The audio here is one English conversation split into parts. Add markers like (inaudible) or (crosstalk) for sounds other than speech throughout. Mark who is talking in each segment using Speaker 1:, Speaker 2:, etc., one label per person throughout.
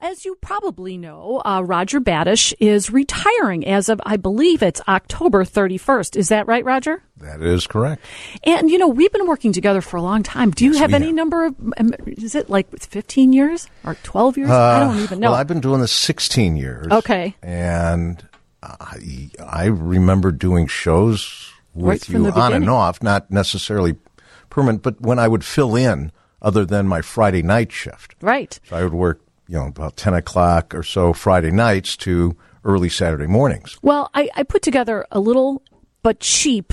Speaker 1: as you probably know, uh, Roger Badish is retiring as of, I believe it's October 31st. Is that right, Roger?
Speaker 2: That is correct.
Speaker 1: And, you know, we've been working together for a long time. Do you
Speaker 2: Yes,
Speaker 1: have
Speaker 2: we
Speaker 1: any
Speaker 2: have.
Speaker 1: number of, um, is it like 15 years or 12 years? I don't even know.
Speaker 2: Uh, Well, I've been doing this 16 years.
Speaker 1: Okay.
Speaker 2: And I, I remember doing shows with
Speaker 1: Right from
Speaker 2: you
Speaker 1: the
Speaker 2: on and
Speaker 1: beginning.
Speaker 2: off, not necessarily permanent, but when I would fill in other than my Friday night shift.
Speaker 1: right.
Speaker 2: So I would work, you know, about 10 o'clock or so Friday nights to early Saturday mornings.
Speaker 1: Well, I, I put together a little but cheap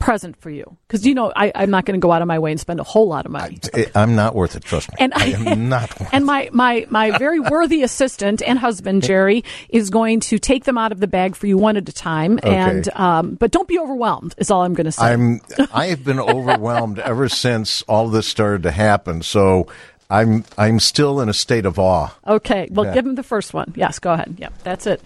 Speaker 1: present for you because, you know, I, I'm not going to go out of my way and spend a whole lot of money.
Speaker 2: I- I'm not worth it, trust me.
Speaker 1: And I- (laughs)
Speaker 2: am not worth
Speaker 1: And my, my, my very worthy assistant and husband, Jerry, is going to take them out of the bag for you one at a time. And, um, but don't be overwhelmed is all I'm going to say.
Speaker 2: I'm I have been overwhelmed ever since all this started to happen. So I'm I'm still in a state of awe.
Speaker 1: okay. Well, give him the first one. Yes. Go ahead. Yep. That's it.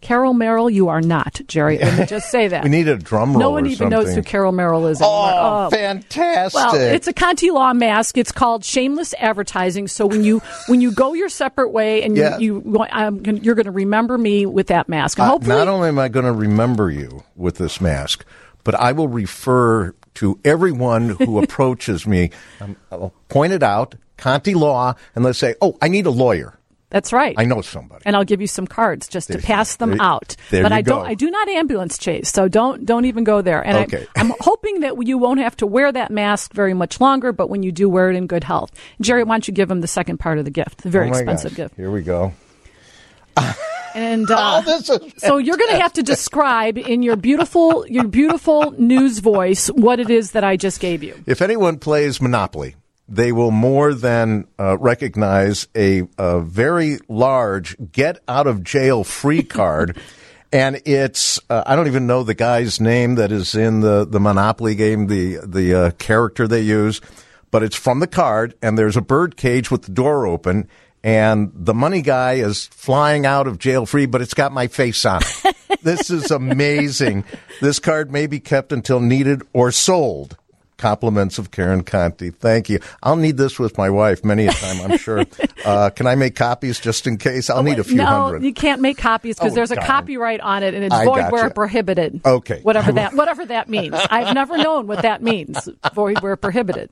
Speaker 1: Carol Merrill, you are not, Jerry. Let me just
Speaker 2: (laughs)
Speaker 1: say that.
Speaker 2: We need a drum roll.
Speaker 1: no one
Speaker 2: or
Speaker 1: even knows who
Speaker 2: something.
Speaker 1: Carol Merrill is anymore.
Speaker 2: Oh, fantastic!
Speaker 1: Well, it's a Conti Law mask. It's called shameless advertising. So when you when you go your separate way and
Speaker 2: Yeah.
Speaker 1: you, you I'm, gonna- you're going to remember me with that mask. And
Speaker 2: Uh,
Speaker 1: hopefully,
Speaker 2: not only am I going to remember you with this mask, but I will refer to everyone
Speaker 1: (laughs)
Speaker 2: who approaches me. Um, I'll point it out, Conti Law, and let's say, "Oh, I need a lawyer.
Speaker 1: that's right.
Speaker 2: I know somebody."
Speaker 1: And I'll give you some cards just to
Speaker 2: There-
Speaker 1: pass them
Speaker 2: there-
Speaker 1: out.
Speaker 2: there
Speaker 1: but
Speaker 2: you
Speaker 1: I don't.
Speaker 2: go.
Speaker 1: I do not ambulance chase. So don't don't even go there. And
Speaker 2: Okay.
Speaker 1: I, I'm (laughs) hoping that you won't have to wear that mask very much longer. But when you do, wear it in good health. Jerry, why don't you give him the second part of the gift? The very
Speaker 2: Oh my
Speaker 1: expensive
Speaker 2: gosh.
Speaker 1: gift.
Speaker 2: Here we go.
Speaker 1: And uh,
Speaker 2: Oh, this is
Speaker 1: so you're going to have to describe in your beautiful your beautiful news voice what it is that I just gave you.
Speaker 2: If anyone plays Monopoly, they will more than uh, recognize a, a very large get out of jail free card. And it's uh, I don't even know the guy's name that is in the, the Monopoly game, the the uh, character they use, but it's from the card. And there's a bird cage with the door open, and the money guy is flying out of jail free, but it's got my face on it. this is amazing. This card may be kept until needed or sold. Compliments of Karen Conti. Thank you. I'll need this with my wife many a time,
Speaker 1: (laughs)
Speaker 2: I'm sure. uh, can I make copies just in case? I'll need a few
Speaker 1: no,
Speaker 2: hundred.
Speaker 1: you can't make copies because
Speaker 2: Oh,
Speaker 1: there's a
Speaker 2: darn.
Speaker 1: copyright on it, and it's
Speaker 2: I
Speaker 1: void
Speaker 2: gotcha.
Speaker 1: where prohibited.
Speaker 2: Okay.
Speaker 1: whatever
Speaker 2: (laughs)
Speaker 1: that whatever that means. I've never known what that means. Void where prohibited.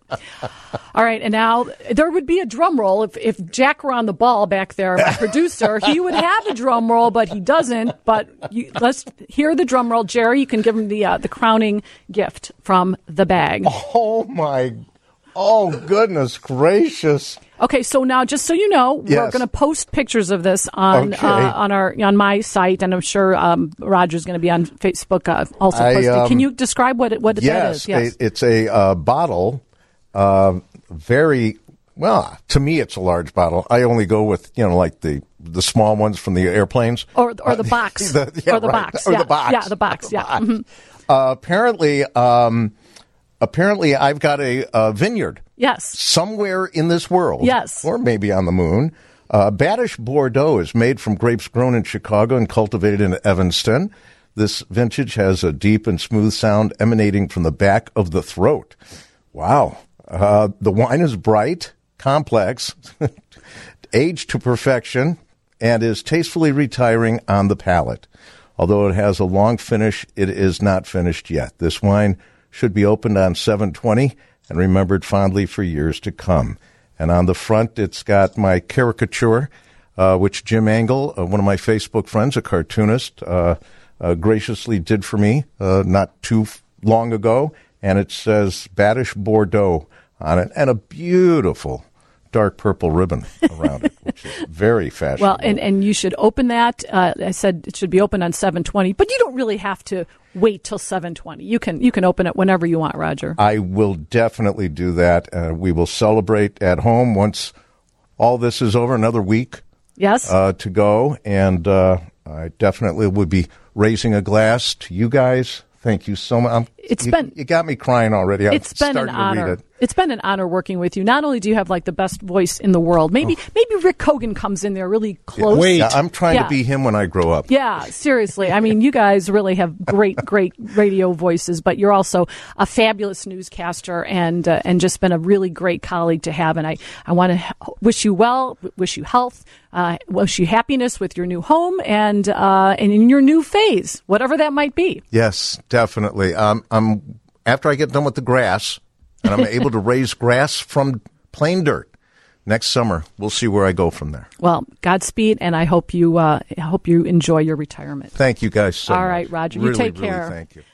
Speaker 1: All right, and now there would be a drum roll if if Jack were on the ball back there,
Speaker 2: (laughs)
Speaker 1: my producer. He would have a drum roll, but he doesn't. But you, let's hear the drum roll, Jerry. You can give him the uh, the crowning gift from the bag.
Speaker 2: (laughs) oh my, oh goodness gracious.
Speaker 1: Okay, so now just so you know, we're
Speaker 2: Yes.
Speaker 1: going to post pictures of this on
Speaker 2: Okay.
Speaker 1: uh, on our on my site, and I'm sure um, Roger's going to be on Facebook uh, also
Speaker 2: I,
Speaker 1: posting. Can
Speaker 2: um,
Speaker 1: you describe what it, what that
Speaker 2: Yes,
Speaker 1: is? Yes.
Speaker 2: a- it's a uh, bottle. Uh, very well to me. It's a large bottle. I only go with you know like the the small ones from the airplanes Uh,
Speaker 1: or, or
Speaker 2: (laughs)
Speaker 1: the box.
Speaker 2: The- yeah,
Speaker 1: or the
Speaker 2: right.
Speaker 1: box.
Speaker 2: Or
Speaker 1: yeah.
Speaker 2: the box.
Speaker 1: Yeah, the box. yeah.
Speaker 2: box.
Speaker 1: Mhm.
Speaker 2: Uh, apparently, um, apparently, I've got a, a vineyard
Speaker 1: Yes.
Speaker 2: somewhere in this world.
Speaker 1: Yes.
Speaker 2: Or maybe on the moon. Uh, Badish Bordeaux is made from grapes grown in Chicago and cultivated in Evanston. This vintage has a deep and smooth sound emanating from the back of the throat. Wow. Uh, the wine is bright, complex, (laughs) aged to perfection, and is tastefully retiring on the palate. Although it has a long finish, it is not finished yet. This wine should be opened on 720 and remembered fondly for years to come. And on the front, it's got my caricature, uh, which Jim Angle, uh, one of my Facebook friends, a cartoonist, uh, uh, graciously did for me uh, not too f- long ago. And it says Badish Bordeaux on it, and a beautiful dark purple ribbon around it, which is very (laughs) fashionable.
Speaker 1: Well, and, and you should open that. Uh, I said it should be open on 720, but you don't really have to wait till 720. You can you can open it whenever you want, Roger.
Speaker 2: I will definitely do that. Uh, we will celebrate at home once all this is over, another week
Speaker 1: Yes.
Speaker 2: uh, to go. And uh, I definitely would be raising a glass to you guys. Thank you so much. I'm
Speaker 1: It's
Speaker 2: you,
Speaker 1: been
Speaker 2: you got me crying already. I'm
Speaker 1: it's been an
Speaker 2: starting to read
Speaker 1: honor.
Speaker 2: it.
Speaker 1: has been an honor working with you. Not only do you have like the best voice in the world, maybe
Speaker 2: Oh.
Speaker 1: maybe Rick Hogan comes in there really close.
Speaker 3: Wait.
Speaker 2: Yeah, I'm trying
Speaker 1: Yeah.
Speaker 2: to be him when I grow up.
Speaker 1: Yeah, seriously. I mean, you guys really have great, great radio voices, but you're also a fabulous newscaster and uh, and just been a really great colleague to have. And I, I want to wish you well, w- wish you health, uh, wish you happiness with your new home and uh, and in your new phase, whatever that might be.
Speaker 2: Yes, definitely. Um, I'm after I get done with the grass, and I'm
Speaker 1: (laughs)
Speaker 2: able to raise grass from plain dirt. Next summer, we'll see where I go from there.
Speaker 1: Well, Godspeed, and I hope you uh, I hope you enjoy your retirement.
Speaker 2: Thank you guys so
Speaker 1: All
Speaker 2: much.
Speaker 1: right, Roger. You
Speaker 2: Really,
Speaker 1: take
Speaker 2: really
Speaker 1: care.
Speaker 2: Thank you.